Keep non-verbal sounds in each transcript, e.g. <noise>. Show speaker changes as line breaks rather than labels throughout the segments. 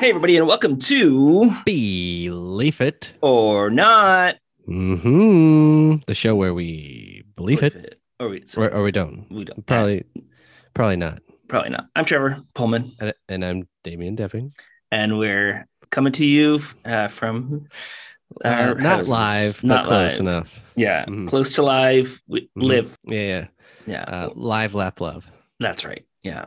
Hey, everybody, and welcome to
Believe It
or Not.
Mm-hmm. The show where we believe, believe it, it.
Or, we, so
or, or we don't.
We don't.
Probably, probably not
probably not. I'm Trevor Pullman,
and, and I'm Damian Depping,
and we're coming to you uh, from
uh, not houses. live, not close live. enough.
Yeah, mm-hmm. close to live. We mm-hmm. live.
Yeah, yeah,
yeah.
Uh, live, laugh, love.
That's right. Yeah,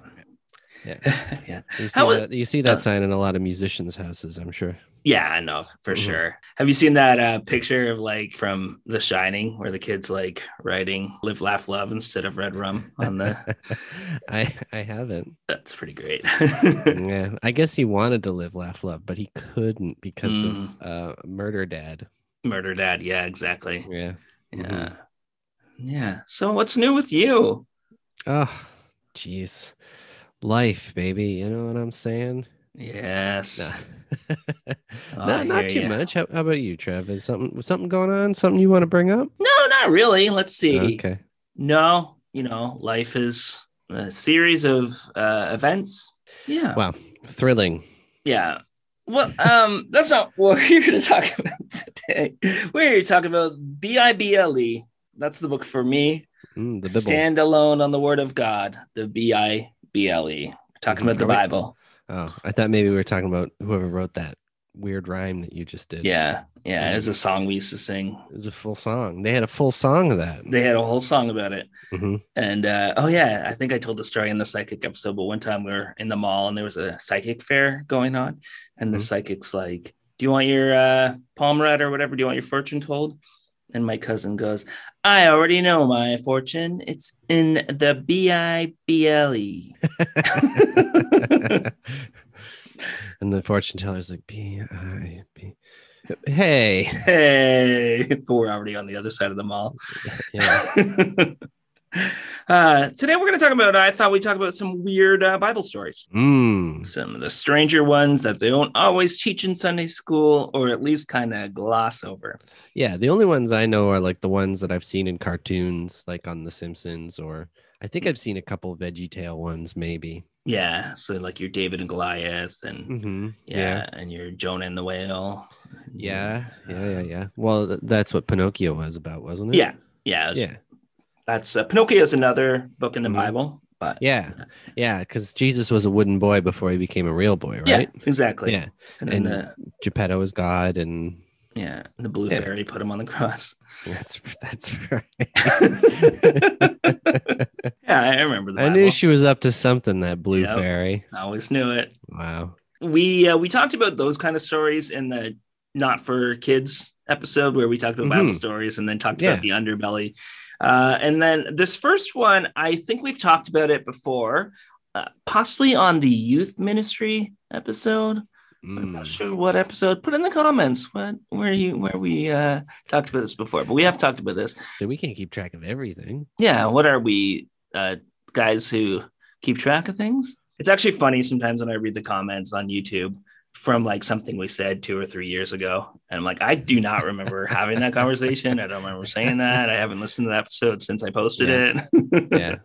yeah,
<laughs>
yeah. You see, was, that, you see that sign in a lot of musicians' houses, I'm sure.
Yeah, I know for mm-hmm. sure. Have you seen that uh, picture of like from The Shining where the kids like writing "Live, Laugh, Love" instead of "Red Rum" on the?
<laughs> I I haven't.
That's pretty great. <laughs>
yeah, I guess he wanted to live, laugh, love, but he couldn't because mm. of uh, Murder Dad.
Murder Dad. Yeah, exactly.
Yeah.
Yeah. Mm-hmm. Yeah. So what's new with you?
Oh, jeez, life, baby. You know what I'm saying?
Yes.
Nah. <laughs> oh, not, not too you. much. How, how, about you, Trev? Is something something going on? Something you want to bring up?
No, not really. Let's see.
Okay.
No, you know, life is a series of uh, events. Yeah.
Wow, thrilling.
Yeah.
<laughs>
Well, um, that's not what we're here to talk about today. We're here to talk about B I B L E. That's the book for me.
Mm, the Bible.
Stand alone on the Word of God. The B I B L E. Talking
Mm-hmm.
about the Bible.
Oh, I thought maybe we were talking about whoever wrote that weird rhyme that you just did.
Yeah. Yeah. It was a song we used to sing.
It was a full song. They had a full song of that.
They had a whole song about it.
Mm-hmm.
And uh, oh, yeah. I think I told the story in the psychic episode, but one time we were in the mall and there was a psychic fair going on. And the mm-hmm. psychic's like, Do you want your uh, palm read or whatever? Do you want your fortune told? And my cousin goes, I already know my fortune. It's in the B I B L E.
<laughs>
<laughs>
And the fortune teller's like, B I B. Hey. <laughs>
Hey. <laughs> But we're already on the other side of the mall.
Yeah.
<laughs> uh, today we're going to talk about, I thought we'd talk about some weird uh, Bible stories.
Mm.
Some of the stranger ones that they don't always teach in Sunday school or at least kind of gloss over.
Yeah. The only ones I know are like the ones that I've seen in cartoons, like on The Simpsons, or I think I've seen a couple Veggie Tale ones, maybe.
Yeah, so like your David and Goliath, and
mm-hmm.
yeah, yeah, and your Jonah and the whale.
Yeah,
Mm-hmm.
yeah, yeah, yeah. Well, that's what Pinocchio was about, wasn't it?
Mm. Yeah, yeah, it was,
yeah.
That's uh, Pinocchio is another book in the mm-hmm. Bible, but
yeah, yeah, because Jesus was a wooden boy before he became a real boy, right?
Yeah, exactly.
Yeah, and, and the, Geppetto is God, and
yeah, the blue yeah. fairy put him on
<laughs>
the cross. <laughs>
That's that's right.
yeah, I remember
I
that.
knew she was up to something. That blue yep. fairy.
I always knew it.
Wow.
We uh, we talked about those kind of stories in the not for kids episode where we talked about mm-hmm. Bible stories and then talked yeah. about the underbelly. Uh, and then this first one, I think we've talked about it before, uh, possibly on the youth ministry episode.
Mm.
I'm not sure what episode. Put in the comments what where you where we uh talked about this before, but we have talked about this.
So we can't keep track of
<laughs>
everything.
Yeah, what are we uh guys who keep track of things? It's actually funny sometimes when I read the comments on YouTube from like something we said two or three years ago. And I'm like, I do not <laughs> remember having that conversation. I don't remember saying that. I haven't listened to the episode since I posted
yeah. it. yeah.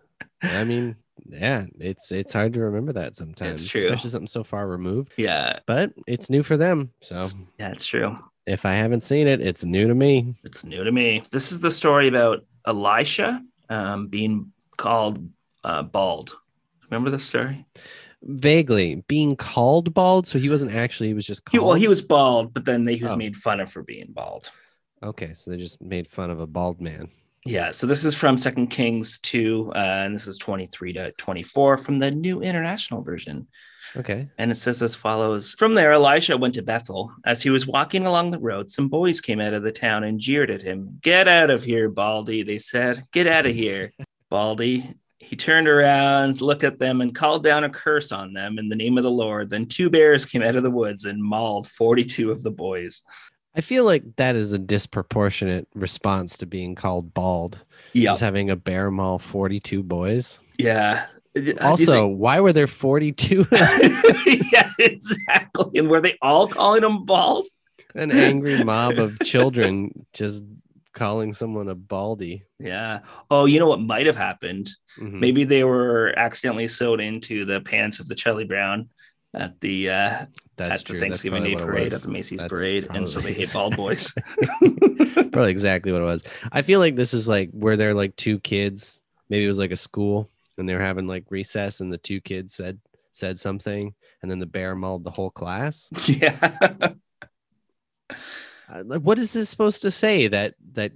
I mean, yeah, it's it's hard to remember that sometimes, especially something so far removed.
<laughs> Yeah,
but it's new for them, so
yeah, it's true.
If I haven't seen it, it's new to me.
It's new to me. This is the story about Elisha um, being called uh, bald. Remember the story?
Vaguely being called bald, so he wasn't actually. He was just called.
He, well, he was bald, but then they, he was oh. made fun of for being bald.
Okay, so they just made fun of a bald man.
Yeah, so this is from Second Kings 2, uh, and this is 23 to 24 from the New International Version.
Okay.
And it says as follows From there, Elisha went to Bethel. As he was walking along the road, some boys came out of the town and jeered at him. Get out of here, Baldy, they said. Get out of here, Baldy He turned around, looked at them, and called down a curse on them in the name of the Lord. Then two bears came out of the woods and mauled 42 of the boys.
I feel like that is a disproportionate response to being called bald.
Yeah.
Is having a bear maul 42 boys.
Yeah. Uh, Do you
Also, why were there 42?
think- <laughs> yeah, exactly. And were they all calling him bald?
<laughs> An angry mob of children just calling someone a baldy.
Yeah. Oh, you know what might have happened?
Mhm.
Maybe they were accidentally sewed into the pants of the Charlie Brown at the uh,
That's
at
true.
the Thanksgiving Day
That's probably what it
parade
was.
at the Macy's
That's
parade, and so they
probably
hate
<laughs>
bald boys. <laughs>
probably exactly what it was. I feel like this is like where there like two kids. Maybe it was like a school, and they were having like recess, and the two kids said said something, and then the bear mauled the whole class.
yeah,
Uh, like, what is this supposed to say that that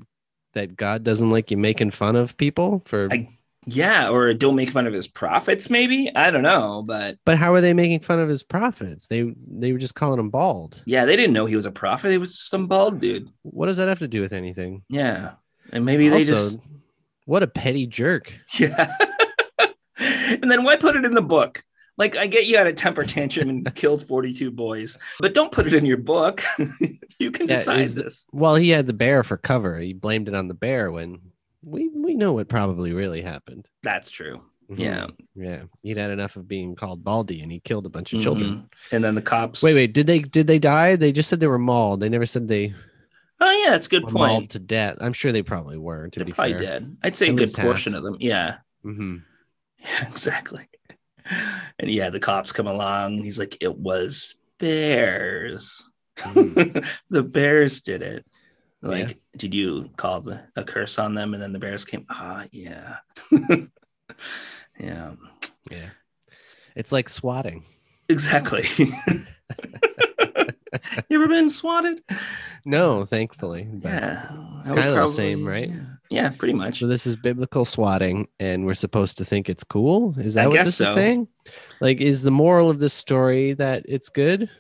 that God doesn't like you making fun of people for?
I- yeah, or don't make fun of his profits. Maybe I don't know, but
but how are they making fun of his prophets? They they were just calling him bald.
yeah, they didn't know he was a prophet. He was just some bald dude.
What does that have to do with anything?
Yeah, and maybe they
also,
just
what a petty jerk.
<laughs> yeah. and then why put it in the book? Like I get you had a temper
<laughs>
tantrum and killed forty-two boys, but don't put it in your book. <laughs> you can
Yeah,
decide
is-
this.
Well, he had the bear for cover. He blamed it on the bear when we we know what probably really happened.
That's true.
Mhm.
Yeah,
yeah. He'd had enough of being called Baldy, and he killed a bunch of children.
Mhm. And then the cops.
Wait, wait. Did they did they die? They just said they were mauled. They never said they
Oh yeah, that's a good
were
point.
mauled to death. I'm sure they probably were. To
They're
be
probably
fair,
dead. I'd say
At
a good
least half.
portion of them. Yeah. <laughs>
Mhm.
Yeah, exactly. And yeah, the cops come along and he's like, it was bears. <laughs>
Mm.
the bears did it. Like, did you call the, a curse on them? And then the bears came, ah,
<laughs>
yeah. yeah,
Yeah, <laughs> it's like swatting.
exactly. <laughs> you ever been swatted?
No, thankfully. but-
Yeah. It's
kinda the same, right?
Yeah, yeah, pretty much.
So this is biblical swatting, and we're supposed to think it's cool. Is
I
that what
guess
this
so.
is saying? Like, is the moral of this story that it's good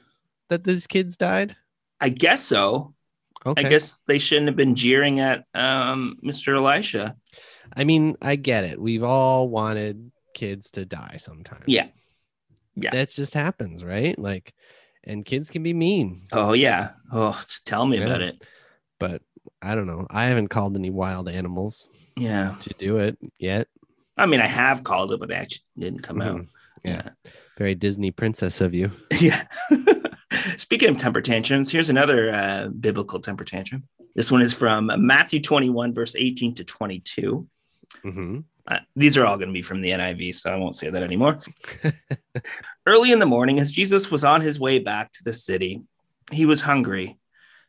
that these kids died?
I guess so.
Okay.
I guess they shouldn't have been jeering at um, Mr. Elisha.
I mean, I get it. We've all wanted kids to die sometimes.
Yeah. Yeah.
That just happens, right? Like, and kids can be mean,
Oh yeah. Oh, t- tell me
Yeah.
about it.
but I don't know. I haven't called any wild animals
Yeah.
to do it yet.
I mean, I have called it, but it actually didn't come out.
Mhm. Very Disney princess of you.
<laughs> Yeah. Speaking of temper tantrums, here's another uh, biblical temper tantrum. This one is from Matthew 21, verse 18 to 22.
Mm-hmm.
Uh, these are all going to be from the NIV, so I won't say that anymore. <laughs> Early in the morning, as Jesus was on his way back to the city, he was hungry.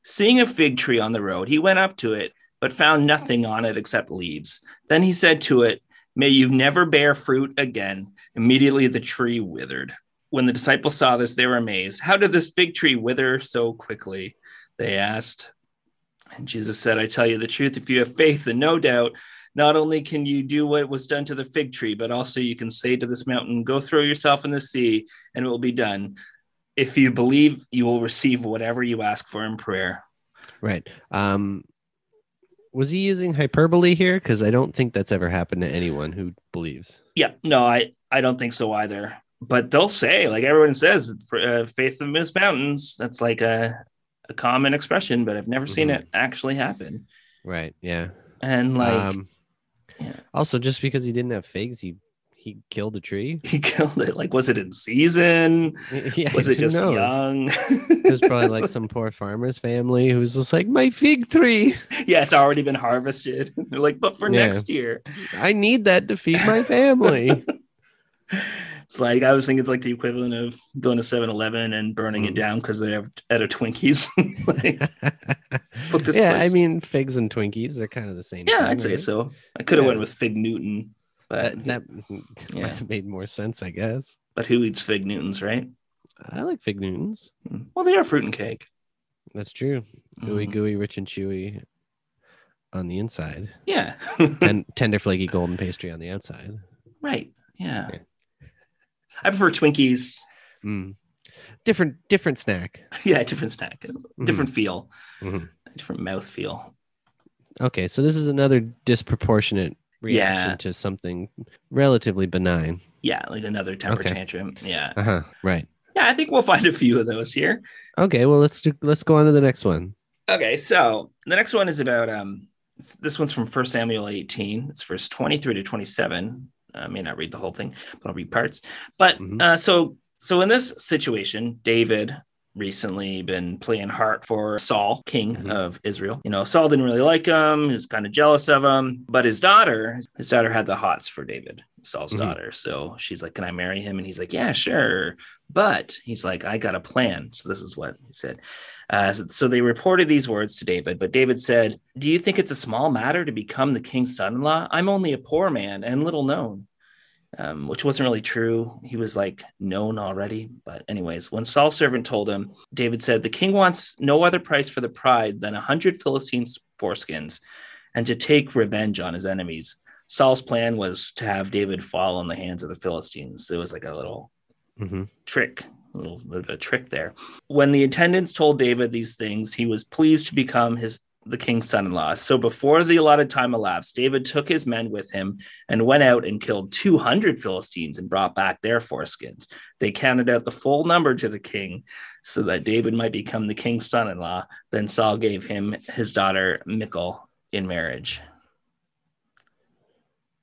Seeing a fig tree on the road, he went up to it, but found nothing on it except leaves. Then he said to it, May you never bear fruit again. Immediately the tree withered. When the disciples saw this, they were amazed. How did this fig tree wither so quickly? They asked. And Jesus said, I tell you the truth, if you have faith and no doubt, not only can you do what was done to the fig tree, but also you can say to this mountain, Go throw yourself in the sea, and it will be done. If you believe, you will receive whatever you ask for in prayer.
Right. Um, was he using hyperbole here? Because I don't think that's ever happened to anyone who believes.
Yeah, no, I, I don't think so either. But they'll say, like everyone says, uh, faith of most mountains. That's like a, a common expression, but I've never seen
Mhm.
it actually happen.
Right. Yeah.
And like,
Um,
yeah.
Also, just because he didn't have figs, he he killed a tree.
<laughs>
<laughs>
he killed it. Like, was it in season?
yeah, <laughs>
Was it
who
just
knows?
young? <laughs>
It was probably like some poor farmer's family who's just like, my fig tree.
yeah, it's already been harvested. <laughs> They're like, but for
Yeah.
next year.
I need that to feed my
<laughs>
family. <laughs>
It's like I was thinking it's like the equivalent of going to 7-Eleven and burning it
Mm.
down because they have out of Twinkies. <laughs> Like,
yeah,
this
I
place.
mean, figs and Twinkies, they're kind of the same.
yeah,
thing,
I'd say
right?
so. I could have
Yeah.
went with Fig Newton,
That,
but <laughs>
that
Yeah.
might have <laughs> made more sense, I guess.
but who eats Fig Newtons, right? Mm.
I like fig Newtons.
Well, they are fruit and cake.
That's true. Gooey,
Mhm.
gooey, rich and chewy on the inside,
Yeah,
<laughs>
<laughs>
and tender, flaky, golden pastry on the outside.
right. Yeah.
Yeah.
I prefer Twinkies. <laughs>
Mm. Different, different snack.
Yeah, different snack,
Mm-hmm.
different feel,
Mhm.
different mouth feel.
Okay, so this is another disproportionate reaction
Yeah.
to something relatively benign.
Yeah, like another temper
Okay.
tantrum. Yeah.
Uh huh. Right.
Yeah, I think we'll <laughs> find a few of those here.
Okay. Well, let's do, let's go on to the next one.
Okay, so the next one is about um this one's from 1 Samuel 18. It's verse 23 to 27. I may not read the whole thing, but I'll read parts. But
Mhm.
uh so so in this situation, David recently been playing heart for Saul, king
Mhm.
of Israel. You know, Saul didn't really like him, he was kind of jealous of him, but his daughter, his daughter had the hots for David, Saul's
Mhm.
daughter. So she's like, "Can I marry him?" and he's like, "Yeah, sure." But he's like, "I got a plan." So this is what he said. Uh, so, so they reported these words to David, but David said, Do you think it's a small matter to become the king's son in law? I'm only a poor man and little known, um, which wasn't really true. He was like known already. But, anyways, when Saul's servant told him, David said, The king wants no other price for the pride than a 100 Philistine foreskins and to take revenge on his enemies. Saul's plan was to have David fall in the hands of the Philistines. It was like a little
Mm-hmm.
<laughs> trick, a little bit of a trick there. When the attendants told David these things, he was pleased to become his the king's son-in-law. So before the allotted time elapsed, David took his men with him and went out and killed 200 Philistines and brought back their foreskins. They counted out the full number to the king so that David might become the king's son-in-law. Then Saul gave him his daughter Michal in marriage.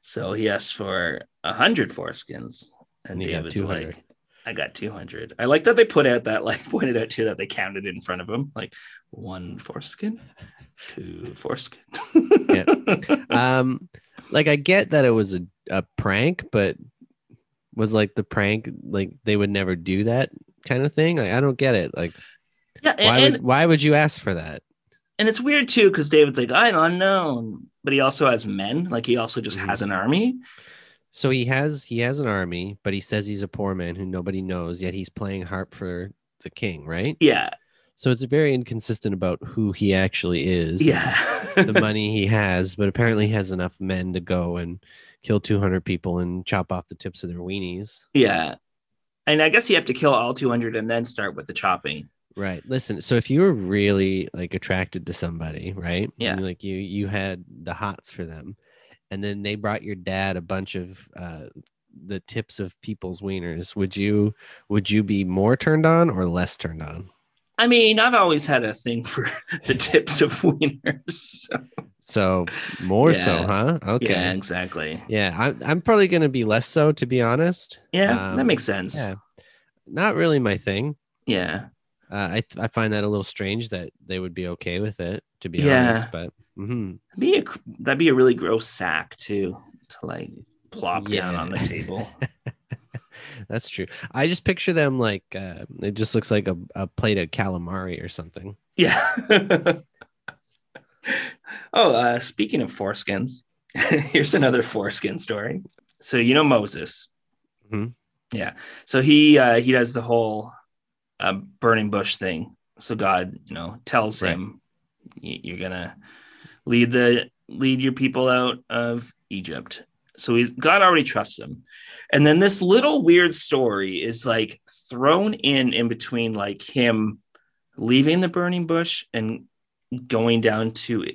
So he asked for 100 foreskins and
And he got
David's
200.
like I got 200. I like that they put out that, like, <laughs> pointed out too that they counted in front of him, like one foreskin, two foreskin.
Yeah.
<laughs>
Um, like I get that it was a, a prank, but was like the prank like they would never do that kind of thing. Like I don't get it. Like
yeah
why
and,
would why would you ask for that?
and it's weird too because David's like, I'm unknown, but he also has men. Like, he also just
Mhm.
has an army.
So he has he has an army, but he says he's a poor man who nobody knows. Yet he's playing harp for the king, right?
Yeah.
So it's very inconsistent about who he actually is.
Yeah. <laughs>
the money he has, but apparently he has enough men to go and kill 200 people and chop off the tips of their weenies.
yeah. And I guess you have to kill all 200 and then start with the chopping.
Right. Listen, so if you were really like attracted to somebody, right? and,
Yeah.
like you you had the hots for them. And then they brought your dad a bunch of uh the tips of people's wieners. Would you would you be more turned on or less turned on?
I mean, I've always had a thing for <laughs> the tips of <laughs> wieners. So.
So more so,
Yeah.
huh? Okay.
Yeah,
Yeah,
exactly.
I'm I'm probably gonna be less so to be honest.
Yeah, that
Um,
makes sense.
Yeah. Not really my thing.
yeah.
Uh, I th- I find that a little strange that they would be okay with it, to be
Yeah.
honest. But mhm.
be a that'd be a really gross sack too to like plop down
Yeah.
on the
<laughs>
table.
that's true. I just picture them like uh, it just looks like a, a plate of calamari or something.
yeah. <laughs> oh, uh, speaking of foreskins, <laughs> here's another foreskin story. So you know Moses.
Mhm.
Yeah. So he uh, he does the whole uh, burning bush thing. So God, you know, tells
Right.
him "Y- you're gonna lead the lead your people out of Egypt. So he's God already trusts him. And then this little weird story is like thrown in in between like him leaving the burning bush and going down to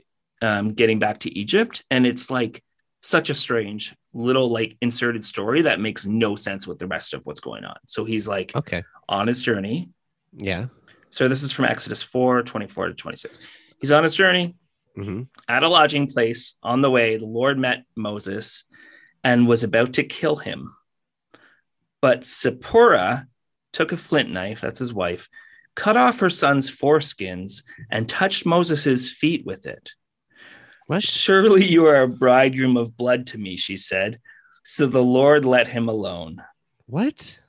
um, getting back to Egypt. And it's like such a strange little like inserted story that makes no sense with the rest of what's going on. So he's like
Okay,
on his journey.
yeah,
So this is from Exodus 4 24 to 26. He's on his journey
hmm
at a lodging place. On the way, the Lord met Moses and was about to kill him. But Zipporah took a flint knife, that's his wife, cut off her son's foreskins and touched Moses' feet with it.
what?
Surely you are a bridegroom of blood to me, she said. So the Lord let him alone.
What?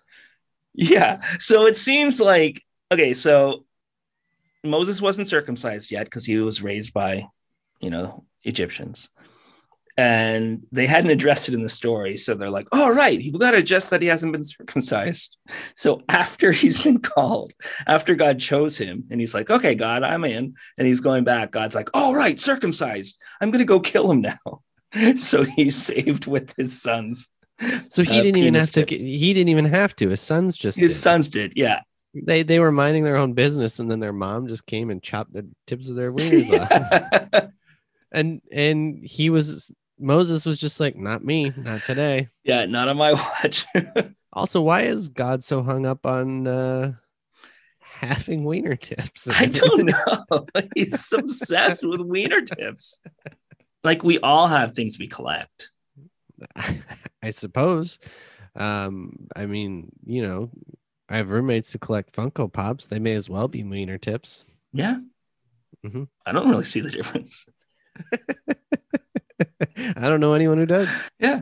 Yeah. So it seems like okay, so Moses wasn't circumcised yet because he was raised by, you know, Egyptians. And they hadn't addressed it in the story. So they're like, all right, we got to address that he hasn't been circumcised. <laughs> So after <laughs> he's been called, after God chose him, and he's like, okay, God, I'm in. And he's going back. God's like, all right, circumcised. I'm going to go kill him now. <laughs> So he's <laughs> saved with his sons.
So he
Uh,
didn't even
penis
have to.
tips.
get- He didn't even have to. His sons just.
His
did.
sons did. Yeah.
They they were minding their own business, and then their mom just
<laughs>
came and chopped the tips of their wings off.
Yeah.
And and he was Moses was just like, not me, not today.
Yeah, not on my <laughs> watch.
Also, why is God so hung up on uh, having wiener tips? <laughs>
I don't know. He's obsessed with wiener tips. Like we all have things we collect.
<laughs> I suppose. Um, I mean, you know, I have roommates who collect Funko Pops. They may as well be wiener tips. <laughs>
Yeah.
Mhm.
I don't really see the difference.
I don't know anyone who does.
Yeah.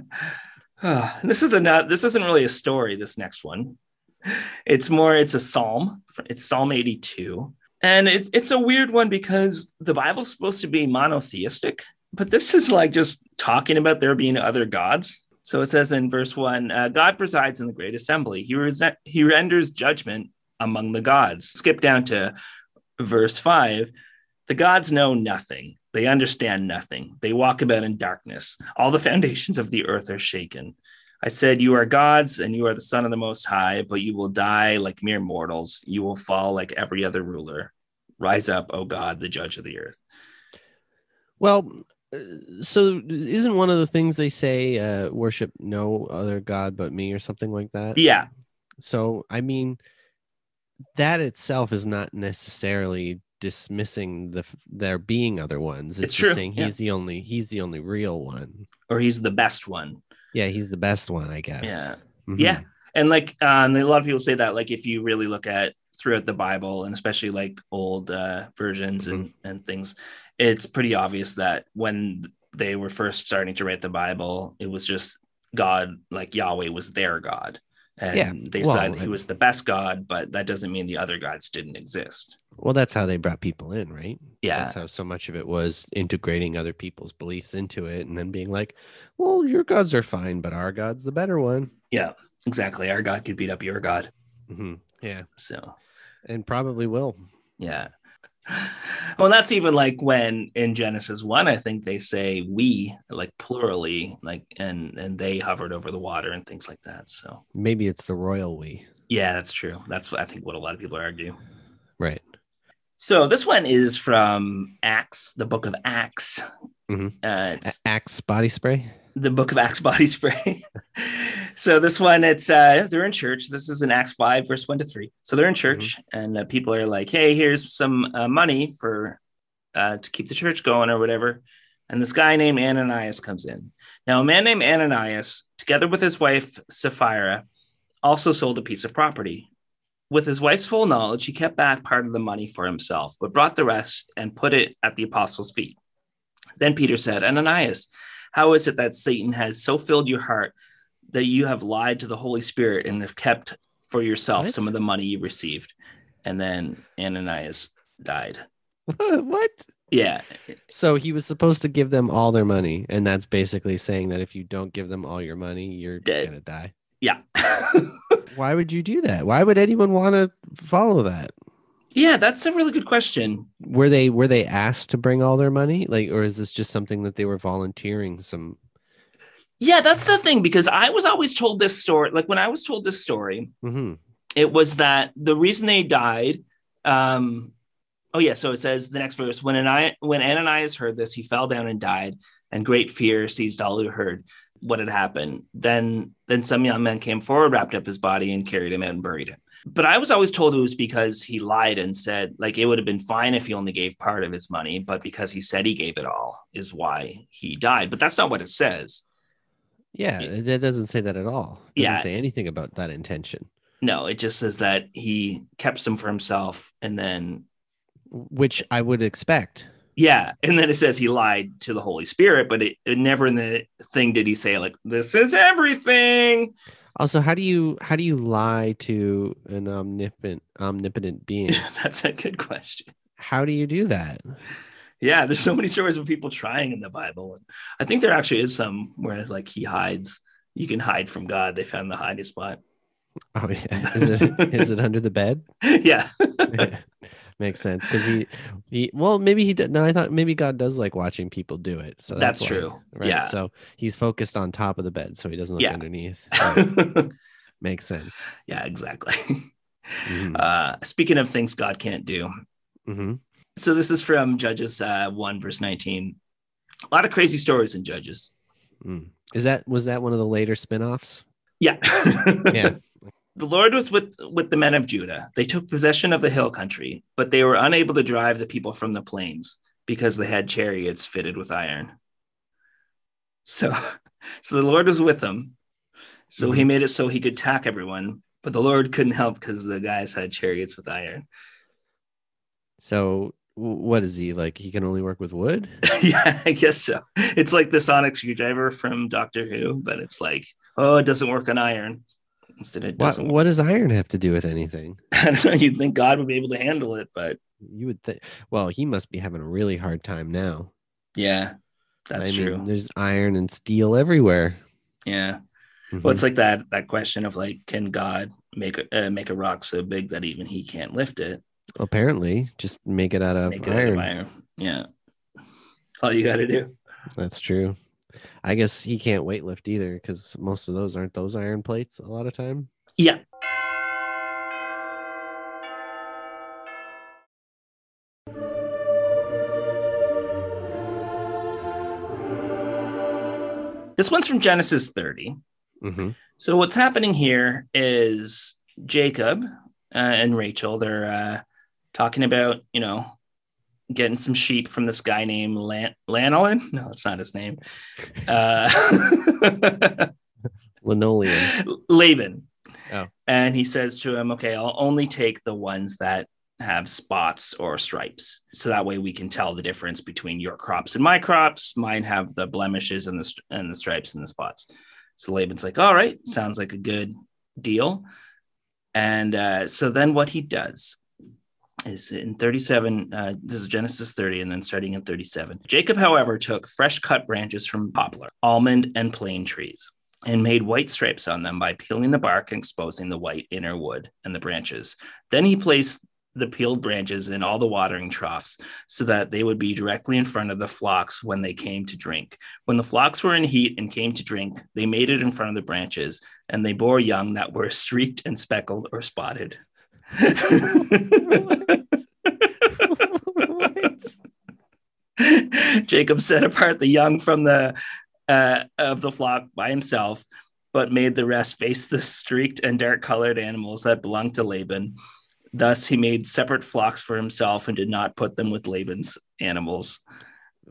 Ah, this is a not, this isn't really a story. This next one, it's more it's a psalm. It's Psalm eighty two, and it's it's a weird one because the Bible's supposed to be monotheistic, but this is like just talking about there being other gods. So it says in verse one, uh, God presides in the great assembly. He resent, he renders judgment among the gods. Skip down to verse five. The gods know nothing. They understand nothing. They walk about in darkness. All the <laughs> foundations of the earth are shaken. I said, You are gods, and you are the Son of the Most High, but you will die like mere mortals. You will fall like every other ruler. Rise up, O God, the judge of the earth.
Well, uh, so isn't one of the things they say uh, worship no other god but me or something like that?
Yeah.
So I mean, that itself is not necessarily dismissing the f- there being other ones. It's,
It's
just
true,
saying
yeah.
he's the only he's the only real one.
Or he's the best one.
Yeah, he's the best one, I guess.
Yeah.
Mhm.
Yeah. And like um, a lot of people say that, like if you really look at throughout the Bible and especially like old uh, versions and,
Mm-hmm.
and things, it's pretty obvious that when they were first starting to write the Bible, it was just God, like Yahweh was their God. And
Yeah.
they
Well,
said he
and-
was the best God, but that doesn't mean the other gods didn't exist.
Well, that's how they brought people in, right?
Yeah.
That's how so much of it was integrating other people's beliefs into it and then being like, well, your gods are fine, but our god's the better one.
Yeah, exactly. Our God could beat up your God.
hmm Yeah.
So
And probably will.
Yeah. Well, that's even like when in Genesis one, I think they say we like plurally, like and and they hovered over the water and things like that. So
Maybe it's the royal we.
yeah, that's true. That's what I think what a lot of people argue.
Right.
So this one is from Acts, the book of Acts.
Mhm.
Uh, it's
Axe body spray. <laughs>
the book of Acts <laughs> body spray. so this one, it's uh, they're in church. This is in Acts five, verse one to three. So they're in church, and uh, people are like, "Hey, here's some uh, money for uh, to keep the church going or whatever." And this guy named Ananias comes in. Now, a man named Ananias, together with his wife Sapphira, also sold a piece of property. With his wife's full knowledge, he kept back part of the money for himself, but brought the rest and put it at the apostles' feet. Then Peter said, Ananias, how is it that Satan has so filled your heart that you have lied to the Holy Spirit and have kept for yourself
What?
some of the money you received? And then Ananias died.
what?
Yeah.
So he was supposed to give them all their money. And that's basically saying that if you don't give them all your money, you're
Dead.
going to die.
Yeah. <laughs>
Why would you do that? Why would anyone want to follow that?
yeah, that's a really good question.
were they were they asked to bring all their money like or is this just something that they were volunteering some
Yeah, that's the thing because I was always told this story. Like when I was told this story,
Mhm.
it was that the reason they died um oh yeah so it says the next verse when Ani- when ananias heard this he fell down and died and great fear seized all who heard what had happened then then some young men came forward wrapped up his body and carried him out and buried him but i was always told it was because he lied and said like it would have been fine if he only gave part of his money but because he said he gave it all is why he died but that's not what it says
yeah
Yeah.
that doesn't say that at all doesn't
Yeah.
say anything about that intention
no it just says that he kept some for himself and then
which i would expect
Yeah, and then it says he lied to the Holy Spirit, but it, it never in the thing did he say like this is everything. <laughs>
also how do you how do you lie to an omnipotent omnipotent
<laughs>
being
That's a good question.
how do you do that
Yeah, there's so many stories of people trying in the Bible, and I think there actually is some where like he hides. You can hide from God. They found the hiding spot. <laughs>
oh yeah is it is it under the bed
yeah,
makes sense because he he well maybe he did no i thought maybe god does like watching people do it so that's,
that's,
why.
true.
right
Yeah. <laughs>
so he's focused on top of the bed so he doesn't look
Yeah. <laughs>
underneath Makes sense.
yeah, exactly. <laughs>
Mhm.
Uh, speaking of things God can't do,
Mhm.
So this is from Judges uh, 1, verse 19. A lot of crazy stories in Judges.
Mm. Is that was that one of the later spin-offs?
Yeah. <laughs>
Yeah.
The Lord was with, with the men of Judah. They took possession of the hill country, but they were unable to drive the people from the plains because they had chariots fitted with iron. So, <laughs> so the Lord was with them. So
Mm-hmm.
he made it so he could attack everyone, but the Lord couldn't help because the guys had chariots with iron.
<laughs>
<laughs>
So w- what is he like? He can only work with
<laughs>
wood?
yeah, I guess so. It's like the sonic screwdriver from Doctor Who, but it's like, oh, it doesn't work on iron. Instead, it
What
doesn't.
what does iron have to do with anything?
<laughs> I don't know. You'd think God would be able to handle it, but
You would think well, he must be having a really hard time now.
yeah, that's
I mean,
true.
There's iron and steel everywhere.
Yeah.
Mhm.
Well, it's like that that question of like, can God make a uh, make a rock so big that even He can't lift it?
Apparently, just make it out of
Make it out
iron.
of iron. Yeah, that's all you got to do.
That's true. I guess he can't weightlift either because most of those aren't those iron plates a lot of time.
Yeah. This one's from Genesis 30.
Mm-hmm.
So what's happening here is Jacob uh, and Rachel. They're uh, talking about you know getting some sheep from this guy named Lan- Lanolin. No, that's not his name. Uh, <laughs>
Linoleum.
Laban.
Oh.
And he says to him, "Okay, I'll only take the ones that." Have spots or stripes, so that way we can tell the difference between your crops and my crops. Mine have the blemishes and the str- and the stripes and the spots. So Laban's like, all right, sounds like a good deal. And uh, so then what he does is in 37, uh, this is Genesis 30, and then starting in 37. Jacob, however, took fresh cut branches from poplar, almond, and plane trees and made white stripes on them by peeling the bark and exposing the white inner wood and the branches. Then he placed the peeled branches in all the watering troughs so that they would be directly in front of the flocks when they came to drink. When the flocks were in heat and came to drink, they mated in front of the branches, and they bore young that were <laughs> streaked and speckled or spotted. <laughs> <laughs> Jacob set apart the young from the uh, of the flock by himself, but made the rest face the streaked and dark colored animals that belonged to Laban. Thus, he made separate flocks for himself and did not put them with Laban's animals.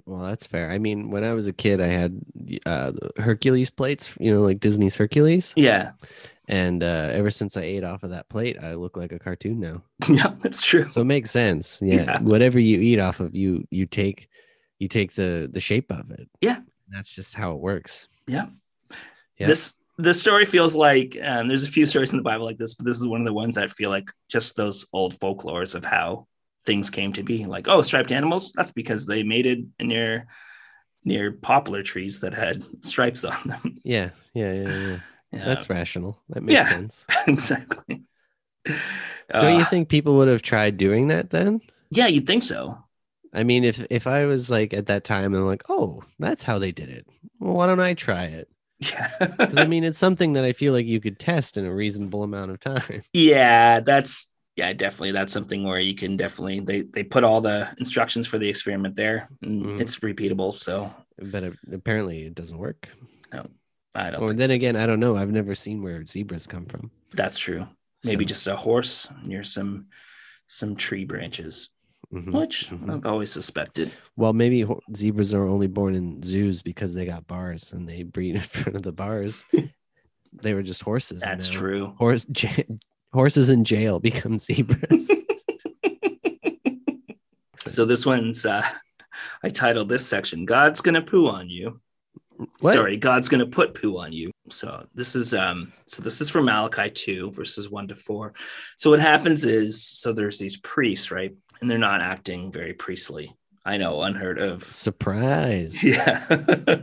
Well, that's fair. I mean, when I was a kid, I had uh, Hercules plates, you know, like Disney's Hercules.
Yeah, <laughs>
And uh, ever since I ate off of that plate, I look like a cartoon now.
yeah, that's true.
So it makes
<laughs>
sense. Yeah.
Yeah.
Whatever you eat off of, you you take you take the the shape of it.
Yeah.
That's just how it works. Yeah.
This this story feels like um, there's a few stories in the Bible like this, but this is one of the ones that feel like just those old folklores of how things came to be. Like, oh, striped animals. That's because they mated near near poplar trees that had stripes on them. <laughs>
Yeah. Yeah. Yeah. yeah, yeah.
<sighs> Yeah,
That's rational. That makes
Yeah.
sense.
<laughs> exactly.
Don't
<laughs> Uh,
you think people would have tried doing that then?
yeah, you'd think so. <laughs>
I mean, if if I was like at that time and like, oh, that's how they did it. Well, why don't I try it?
Yeah.
Because I mean, it's something that I feel like you could test in a reasonable amount of time. <laughs>
Yeah, that's yeah, definitely. That's something where you can definitely they they put all the instructions for the experiment there. And
Mhm.
It's repeatable, so
But a- apparently, it doesn't work.
I don't.
Or
think
then
so.
again, I don't know. I've never seen where zebras come from.
that's true. Maybe
So-
just a horse near some some tree branches,
Mhm.
which
mhm.
I've always suspected.
Well, maybe ho- zebras are only born in zoos because they got bars and they breed in <laughs> front of the bars. they were just horses. and
That's
now <laughs>
true.
Horse j- horses in jail become
<laughs>
zebras.
So this one's uh I titled this section God's gonna poo on you.
What?
Sorry, God's gonna put poo on you. So this is um so this is from Malachi 2 verses 1 to 4. So what happens is so there's these priests, right? And they're not acting very priestly. I know, unheard of.
surprise <laughs>
<laughs> Yeah.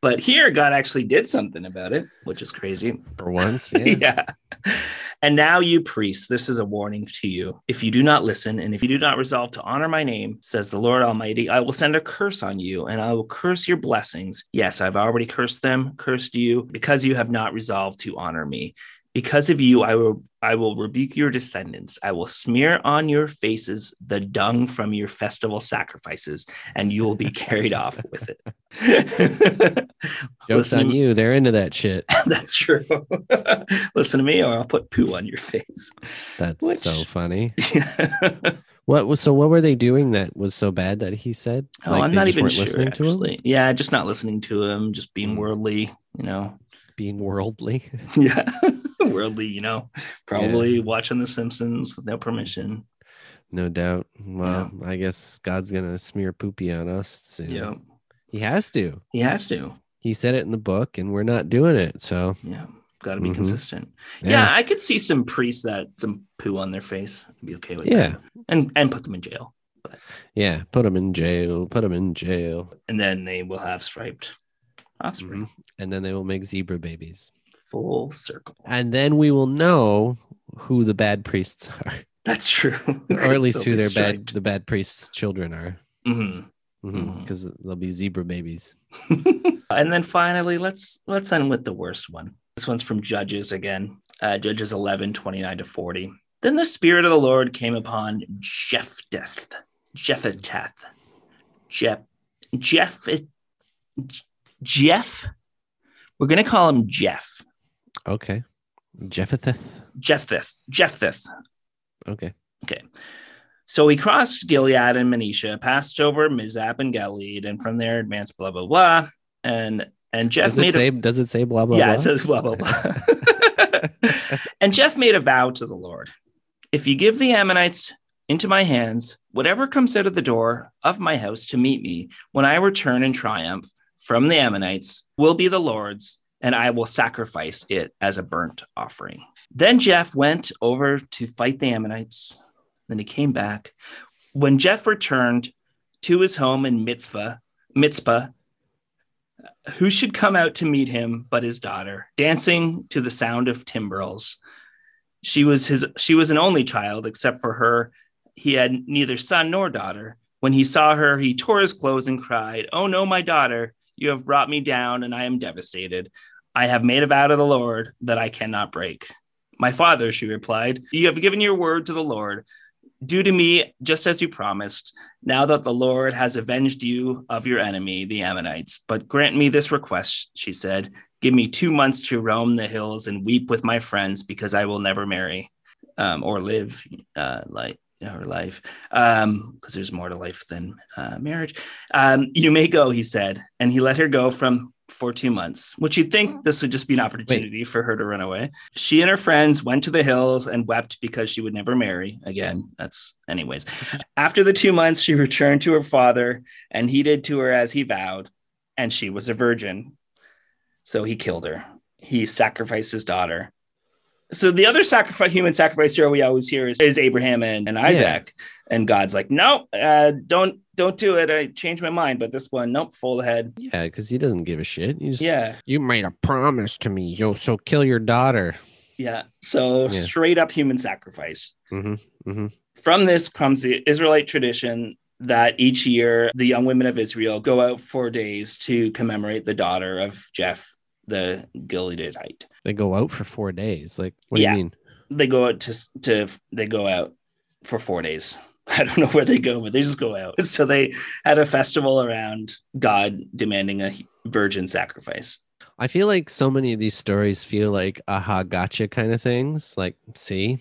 but here God actually did something about it, which is crazy.
for once. Yeah.
<laughs> yeah. And now, you priests, this is a warning to you. If you do not listen and if you do not resolve to honor my name, says the Lord Almighty, I will send a curse on you and I will curse your blessings. Yes, I've already cursed them, cursed you, because you have not resolved to honor me. Because of you, I will I will rebuke your descendants. I will smear on your faces the dung from your festival sacrifices, and you will be carried off with it. <laughs>
Jokes
Listen
on
to-
you. They're into that
<laughs>
shit.
That's true. Listen to me, or I'll put poo on
<laughs>
your face. <laughs>
That's
Which-
so funny. What was so? What were they doing that was so bad that he said?
Oh,
Like,
I'm
they
not
just
even
weren't
sure.
listening to him,
actually. Yeah, just not listening to him, just
Mm.
being worldly,
<laughs>
you know.
being worldly. <laughs>
Yeah, <laughs> worldly, you know. Probably watching The Simpsons without permission.
No doubt. Well, I guess God's gonna smear poopy on us soon.
Yeah,
He has to.
he has to.
He said it in the book, and we're not doing it. So
Yeah, got to be
Mhm.
consistent. Yeah.
yeah,
I could see some priests that some poo on their face. I'd be okay with
Yeah.
that. and and put them in jail,
yeah. Put him in jail. Put him in jail.
and then they will have striped offspring.
Mhm. And then they will make zebra babies.
Full circle.
And then we will know who the bad priests <laughs> are,
That's true. <laughs>
or at least who their bad the bad priests' children are,
hmm Mhm.
because they'll be zebra babies.
<laughs> and then finally let's let's end with the worst one this one's from judges again uh, judges 11 29 to 40 then the spirit of the lord came upon jephthah jephthah jeff jeff jeff we're going to call him jeff
Okay. Jephthah.
jephthah jephthah
Okay.
So he crossed Gilead and Manisha, passed over Mizap and Galilee, and from there advanced blah blah blah. And and Jeff
Does
made
it
a
say? Does it say blah blah?
yeah,
blah?
it says blah blah <laughs> blah. and Jeff made a vow to the Lord: If you give the Ammonites into my hands, whatever comes out of the door of my house to meet me when I return in triumph from the Ammonites will be the Lord's, and I will sacrifice it as a burnt offering. Then Jeff went over to fight the Ammonites. Then he came back. When Jeff returned to his home in Mitzvah, Mitzpah, who should come out to meet him but his daughter, dancing to the sound of timbrels. She was his she was an only child, except for her. He had neither son nor daughter. When he saw her, he tore his clothes and cried, Oh no, my daughter, you have brought me down, and I am devastated. I have made a vow to the Lord that I cannot break. My father, she replied, You have given your word to the Lord. Do to me just as you promised now that the Lord has avenged you of your enemy, the Ammonites. But grant me this request, she said. Give me two months to roam the hills and weep with my friends because I will never marry um, or live uh, like her life because there's more to life than uh, marriage. Um, you may go, he said. And he let her go from for two months, which you'd think this would just be an opportunity for her to run away. She and her friends went to the hills and wept because she would never marry again. That's, anyways. After the two months, she returned to her father, and he did to her as he vowed, and she was a virgin. So he killed her. He sacrificed his daughter. So the other sacrifice, human sacrifice story we always hear is, is Abraham and, and Isaac, and God's like, no, uh, don't don't do it. I changed my mind, but this one, nope, full head.
Yeah, because he doesn't give a shit. You just,
Yeah,
You made a promise to me. Yo, so kill your daughter.
yeah. So
Yeah.
straight up human sacrifice.
hmm hmm
From this comes the Israelite tradition that each year the young women of Israel go out four days to commemorate the daughter of Jeff the Gileadite.
They go out for four days. Like, what
Yeah.
do you mean?
They go out to to they go out for four days. <laughs> I don't know where they go, but they just go out. <laughs> So they had a festival around God demanding a virgin sacrifice.
I feel like so many of these stories feel like aha gotcha kind of things. Like, see,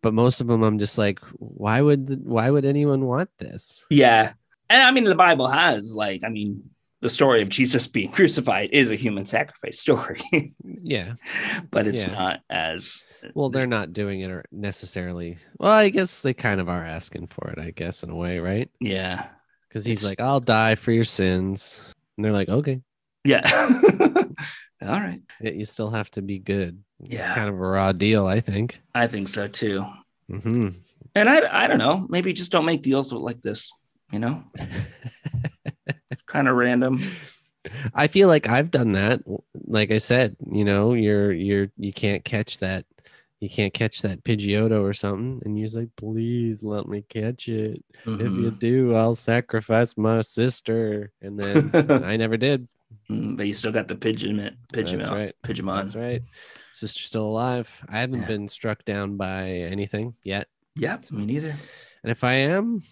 but most of them, I'm just like, why would th- why would anyone want this?
Yeah. And I mean, the Bible has, like, I mean, the story of Jesus being <laughs> crucified is a human sacrifice story, <laughs>
Yeah.
but it's
Yeah.
not as
Well, they're not doing it or necessarily. Well, I guess they kind of are asking for it. I guess in a way, right?
Yeah.
Because he's
It's-
like, I'll die for your sins, and they're like, okay,
Yeah. <laughs> All right.
y- you still have to be good.
Yeah.
Kind of a raw deal, I think.
I think so too.
hmm
And I I don't know, maybe just don't make deals with like this, you know? it's kind
<laughs>
of random.
<laughs> I feel like I've done that. Like I said, you know, you're you're you can't catch that you can't catch that Pidgeotto or something, and you're just like, please let me catch
Mm-hmm. <laughs>
it. If you do, I'll sacrifice my sister. And then I never did.
Mm-hmm. Mm, but you still got the Pidgeot, Pidgeot,
That's right.
Pidgeotmon.
That's right. Sister's still alive. I haven't
Yeah.
been struck down by anything yet.
Yep, me neither.
And if I am,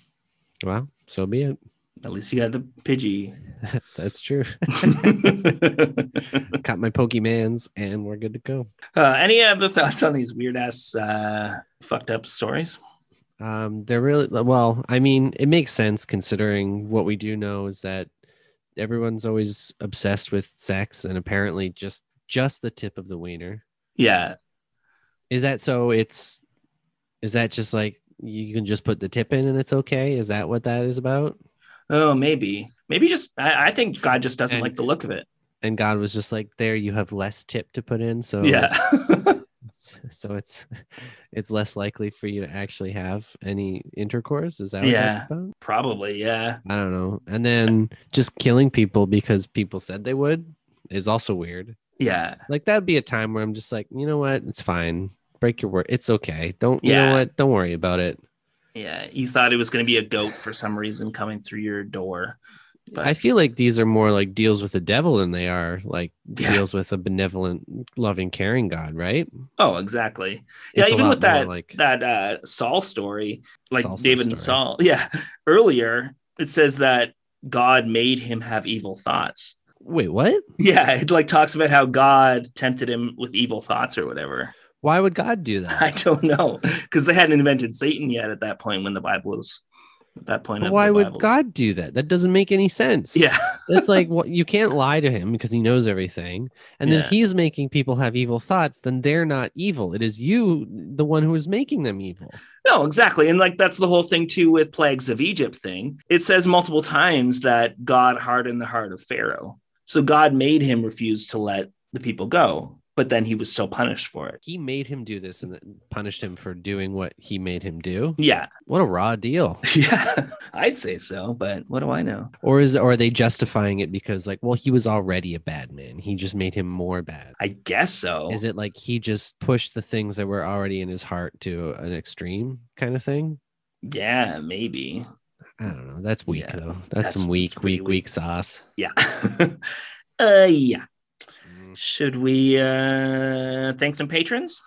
well, so be it.
At least you got the
<laughs>
Pidgey. <laughs>
That's true. <laughs> Got my Pokemans and we're good to go.
uh, any other thoughts on these weird ass uh, fucked up stories?
Um, they're really well. I mean, it makes sense considering what we do know is that everyone's always obsessed with sex, and apparently, just just the tip of the wiener.
Yeah,
Is that so? It's is that just like you can just put the tip in and it's okay? Is that what that is about?
Oh, maybe. Maybe just I, I think God just doesn't
And-
like the look of it.
And God was just like, there, you have less tip to put in, so
Yeah. <laughs>
<laughs> so it's it's less likely for you to actually have any intercourse. Is that what
Yeah.
that's about?
Probably, yeah.
I don't know. And then just killing people because people said they would is also weird.
Yeah.
Like that'd be a time where I'm just like, you know what? It's fine. Break your word. It's okay. Don't you
Yeah.
know what? Don't worry about it.
Yeah. You thought it was gonna be a goat for some reason coming through your door. But
I feel like these are more like deals with the devil than they are like
Yeah.
deals with a benevolent, loving, caring God, right?
<laughs> oh exactly. Yeah,
It's a
even
lot
with that
more like
that uh Saul story, like
Salsa
David and
story.
Saul. <laughs> Yeah. Earlier it says that God made him have evil thoughts. <laughs>
wait, what?
Yeah, it like talks about how God tempted him with evil thoughts or whatever. <laughs>
Why would God do that?
I don't know because they hadn't invented Satan yet at that point when the Bible was at that point.
But
of
Why
the
would
Bible's-
God do that? That doesn't make any sense.
Yeah,
It's like what you can't lie to him because he knows everything. And then
Yeah.
he's making people have evil thoughts, then they're not evil. It is you, the one who is making them evil.
no, exactly, and like that's the whole thing too with plagues of Egypt thing. It says multiple times that God hardened the heart of Pharaoh, so God made him refuse to let the people go, but then he was still punished for it.
He made him do this and then punished him for doing what he made him do.
Yeah, <laughs>
What a raw deal.
yeah, I'd say so, but what do I know?
Or is or are they justifying it because like, well, he was already a bad man. He just made him more bad.
I guess so.
Is it like he just pushed the things that were already in his heart to an extreme kind of thing?
Yeah, maybe.
I don't know. That's weak
Yeah.
though. That's,
That's-
some weak,
that's pretty
weak, weak,
weak.
sauce.
Yeah. <laughs> uh, yeah. Should we uh thank some patrons?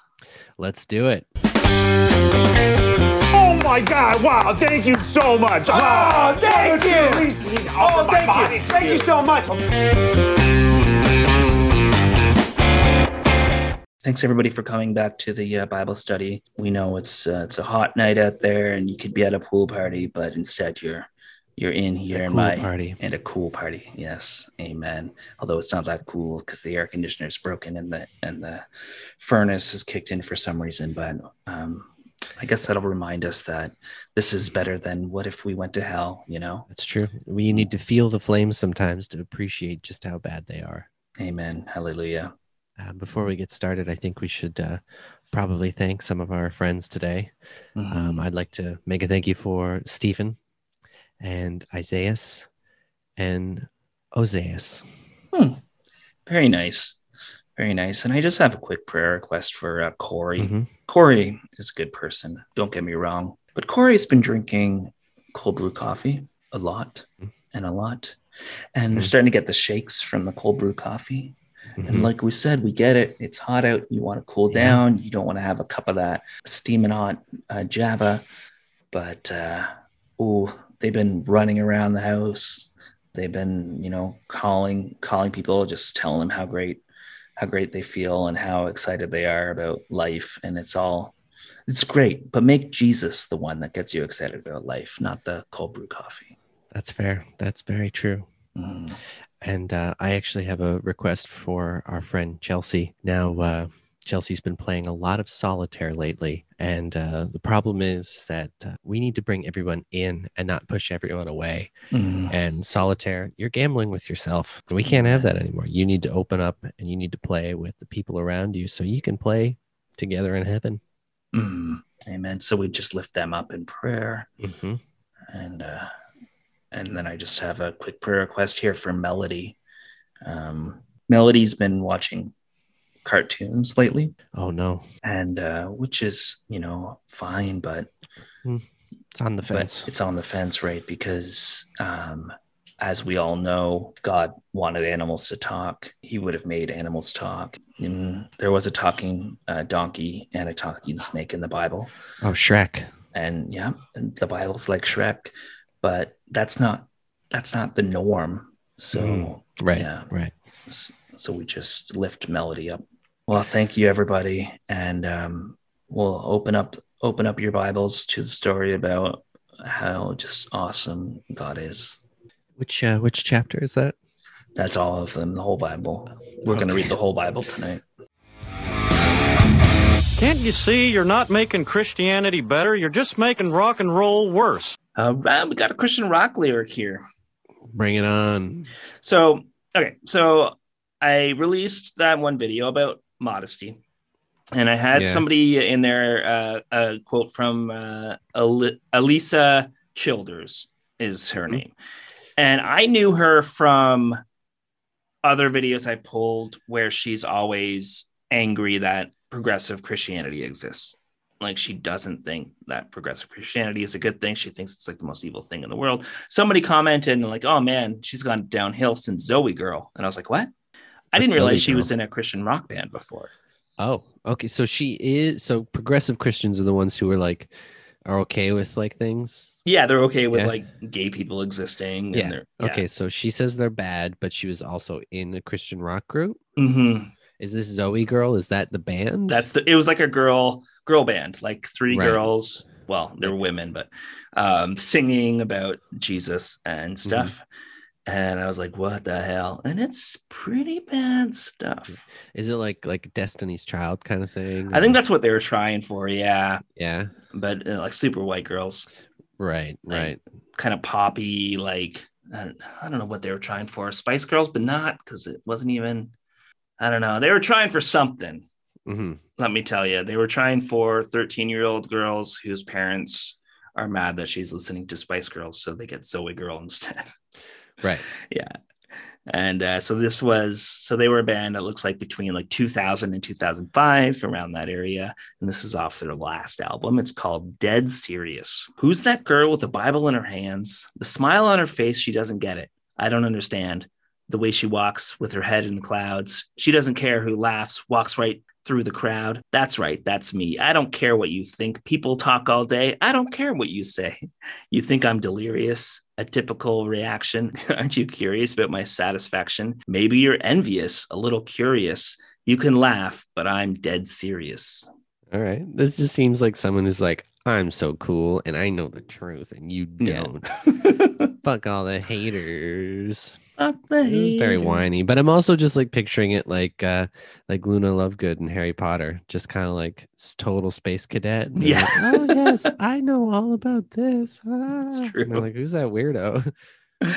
Let's do it.
Oh my God! Wow! Thank you so much. Wow! Oh, thank you. Oh, thank you. Thank you so much.
Thanks everybody for coming back to the uh, Bible study. We know it's uh, it's a hot night out there, and you could be at a pool party, but instead you're you're in here
A
in
cool
my
party.
and a cool party. Yes, amen. Although it's not that cool because the air conditioner is broken and the and the furnace is kicked in for some reason. But um, I guess that'll remind us that this is better than what if we went to hell. You know,
That's true. We need to feel the flames sometimes to appreciate just how bad they are.
amen. Hallelujah.
Uh, before we get started, I think we should uh, probably thank some of our friends today. Um, I'd like to make a thank you for Stephen and Isaias and Oseas.
Very nice. Very nice. And I just have a quick prayer request for uh, Corey.
Mhm.
Corey is a good person. Don't get me wrong. But Corey's been drinking cold brew coffee a lot and a lot. And they're
Mhm.
starting to get the shakes from the cold brew coffee. And
Mhm.
like we said, we get it. It's hot out. You want to cool
Yeah.
down. You don't want to have a cup of that steaming hot uh, Java. But, uh, oh, they've been running around the house. They've been, you know, calling, calling people, just telling them how great, how great they feel and how excited they are about life. And it's all, it's great. But make Jesus the one that gets you excited about life, not the cold brew coffee.
That's fair. That's very true.
Mm.
And uh, I actually have a request for our friend Chelsea. Now, uh, Chelsea's been playing a lot of solitaire lately. And uh, the problem is that uh, we need to bring everyone in and not push everyone away.
Mm.
And solitaire, you're gambling with yourself. And we can't have that anymore. You need to open up and you need to play with the people around you so you can play together in heaven.
Mm. Amen. So we just lift them up in prayer.
Mm-hmm.
and uh, and then I just have a quick prayer request here for Melody. Um, Melody's been watching cartoons lately,
Oh, no.
and uh, which is you know fine, but
It's on the
but
fence.
it's on the fence, right? Because um, as we all know, God wanted animals to talk. He would have made animals talk. Mm, there was a talking uh, donkey and a talking snake in the Bible.
Oh, Shrek.
And yeah, and the Bible's like Shrek, but that's not that's not the norm. So
Mm. Right.
Yeah.
Right.
so we just lift melody up. Well, thank you everybody, and um, we'll open up open up your Bibles to the story about how just awesome God is.
Which uh, which chapter is that?
That's all of them, the whole Bible. We're going to read the whole Bible tonight.
Can't you see you're not making Christianity better? You're just making rock and roll worse.
Uh, Rob, we got a Christian rock lyric here.
Bring it on.
So, okay. So I released that one video about modesty, and I had
Yeah.
somebody in there uh, a quote from uh, Ali- Elisa Childers is
Mm-hmm.
her name, and I knew her from other videos I pulled where she's always angry that progressive Christianity exists. Like she doesn't think that progressive Christianity is a good thing. She thinks it's like the most evil thing in the world. Somebody commented and like, oh man, she's gone downhill since Zoe Girl. And I was like, what? I
What's
didn't realize
Zoe
she
Girl?
was in a Christian rock band before.
Oh, okay. So she is. So progressive Christians are the ones who are like are okay with like things.
Yeah, they're okay with
Yeah.
like gay people existing.
Yeah.
And they're,
Okay. So she says they're bad, but she was also in a Christian rock group.
hmm
Is this Zoe Girl? Is that the band?
That's the. It was like a girl girl band, like three
Right.
girls. Well, they were women, but um, singing about Jesus and
Mm-hmm.
stuff. And I was like, what the hell? And it's pretty bad stuff.
Is it like like Destiny's Child kind of thing?
I think
or-
that's what they were trying for. Yeah.
yeah.
But uh, like super white girls,
Right. Right.
kind of poppy, like, I don't, I don't know what they were trying for. Spice Girls, but not because it wasn't even, I don't know. They were trying for something.
hmm
let me tell you, they were trying for 13 year old girls whose parents are mad that she's listening to Spice Girls, so they get Zoe Girl instead.
Right.
And uh, so this was, so they were a band that looks like between like 2000 and 2005, around that area. And this is off their last album. It's called Dead Serious. Who's that girl with the Bible in her hands? The smile on her face, she doesn't get it. I don't understand. The way she walks with her head in the clouds. She doesn't care who laughs, walks right through the crowd. That's right. That's me. I don't care what you think. People talk all day. I don't care what you say. You think I'm delirious? A typical reaction. <laughs> Aren't you curious about my satisfaction? Maybe you're envious, a little curious. You can laugh, but I'm
<laughs>
dead serious.
All right. This just seems like someone who's like, I'm so cool and I know the truth and you
Yeah.
don't.
Fuck
Fuck all the haters.
the
This is very
haters.
whiny, but I'm also just like picturing it like uh like Luna Lovegood and Harry Potter, just kind of like s- total space cadet. and they're
Yeah.
like, oh yes, I know all about
<laughs>
this. Ah. And
true.
they're like, who's that weirdo? <laughs> Uh,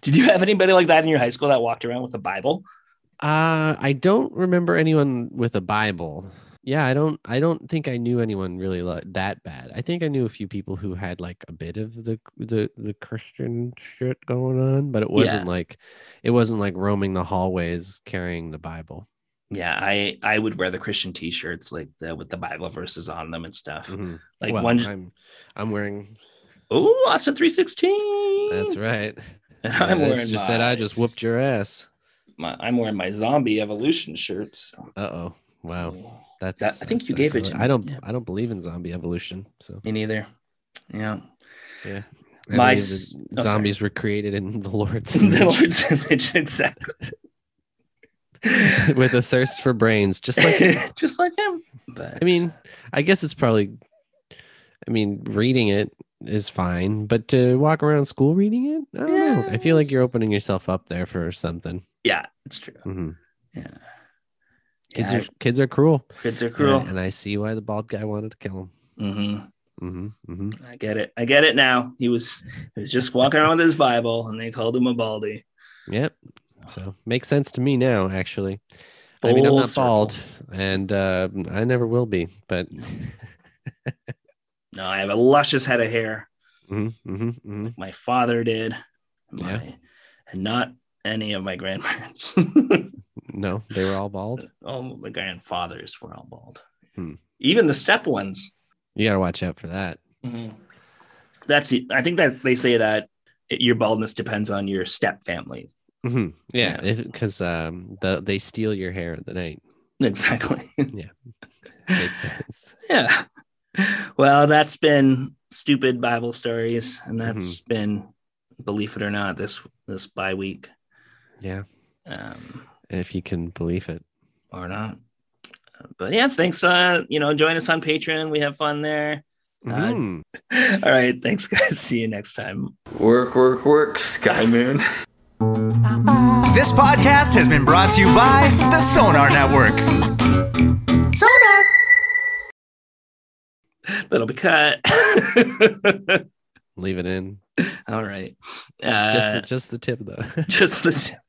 Did you have anybody like that in your high school that walked around with a Bible?
Uh, I don't remember anyone with a Bible. Yeah, I don't. I don't think I knew anyone really li- that bad. I think I knew a few people who had like a bit of the the the Christian shit going on, but it wasn't like it wasn't like roaming the hallways carrying the Bible.
Yeah, I I would wear the Christian T-shirts like the, with the Bible verses on them and stuff.
Mhm.
Like
well,
one,
I'm I'm wearing.
oh Austin three sixteen.
That's right.
And
i
Hmm. <laughs> I'm wearing
just said
my-
I just whooped your ass.
my, I'm wearing my zombie evolution shirts.
Uh oh. Wow. That's.
That- I think
that's
you gave it
sacrilege.
to
I
me,
don't.
yeah.
I don't believe in zombie evolution. So
Me neither. Yeah.
yeah. I
My
believe
s-
that
oh, sorry.
zombies were created in the Lord's
<laughs> the
image.
Lord's image, exactly.
<laughs> with a thirst for brains, just like
<laughs> just like him. But
I mean, I guess it's probably. I mean, reading it is fine, but to walk around school reading it, I don't know. I feel like you're opening yourself up there for something.
yeah, it's true.
Mhm.
Yeah.
Kids
Yeah,
are kids are cruel,
kids are
And I-
cruel.
and I see why the bald guy wanted to kill him.
hmm
Mm-hmm. Mm-hmm.
I get it. I get it now. He was he was just walking around with his Bible, and they called him a baldy.
Yep. So makes sense to me now, actually. I mean, I'm
Full
not
circle.
bald, and uh, I never will be.
<laughs>
But mm-hmm,
No, I have a luscious head of hair.
Mhm, mhm, mhm.
like My father did. My,
Yeah.
And not any of my grandparents. <laughs>
no, they were all bald.
all the grandfathers were all bald.
Hmm.
Even the step ones. Mm-hmm.
You got to watch out for that.
Mhm. That's it. I think that they say that your baldness depends on your step family. <laughs>
Mhm. Yeah, because um, the, they steal your hair at the night.
Exactly. <laughs>
Makes sense.
yeah. Well, that's been stupid Bible stories, and that's been believe it or not this this bye week,
Yeah,
um,
if you can believe it.
or not. But yeah, thanks. Uh, you know, join us on Patreon. We have fun there. <laughs> Uh,
Mhm.
All right, thanks, guys. <laughs> See you next time.
Work, work, work, Sky Moon.
This podcast has been brought to you by the Sonar Network. Sonar!
That'll be cut. <laughs>
Leave it in.
All right.
just
Uh,
the, just the tip though. <laughs>
just the.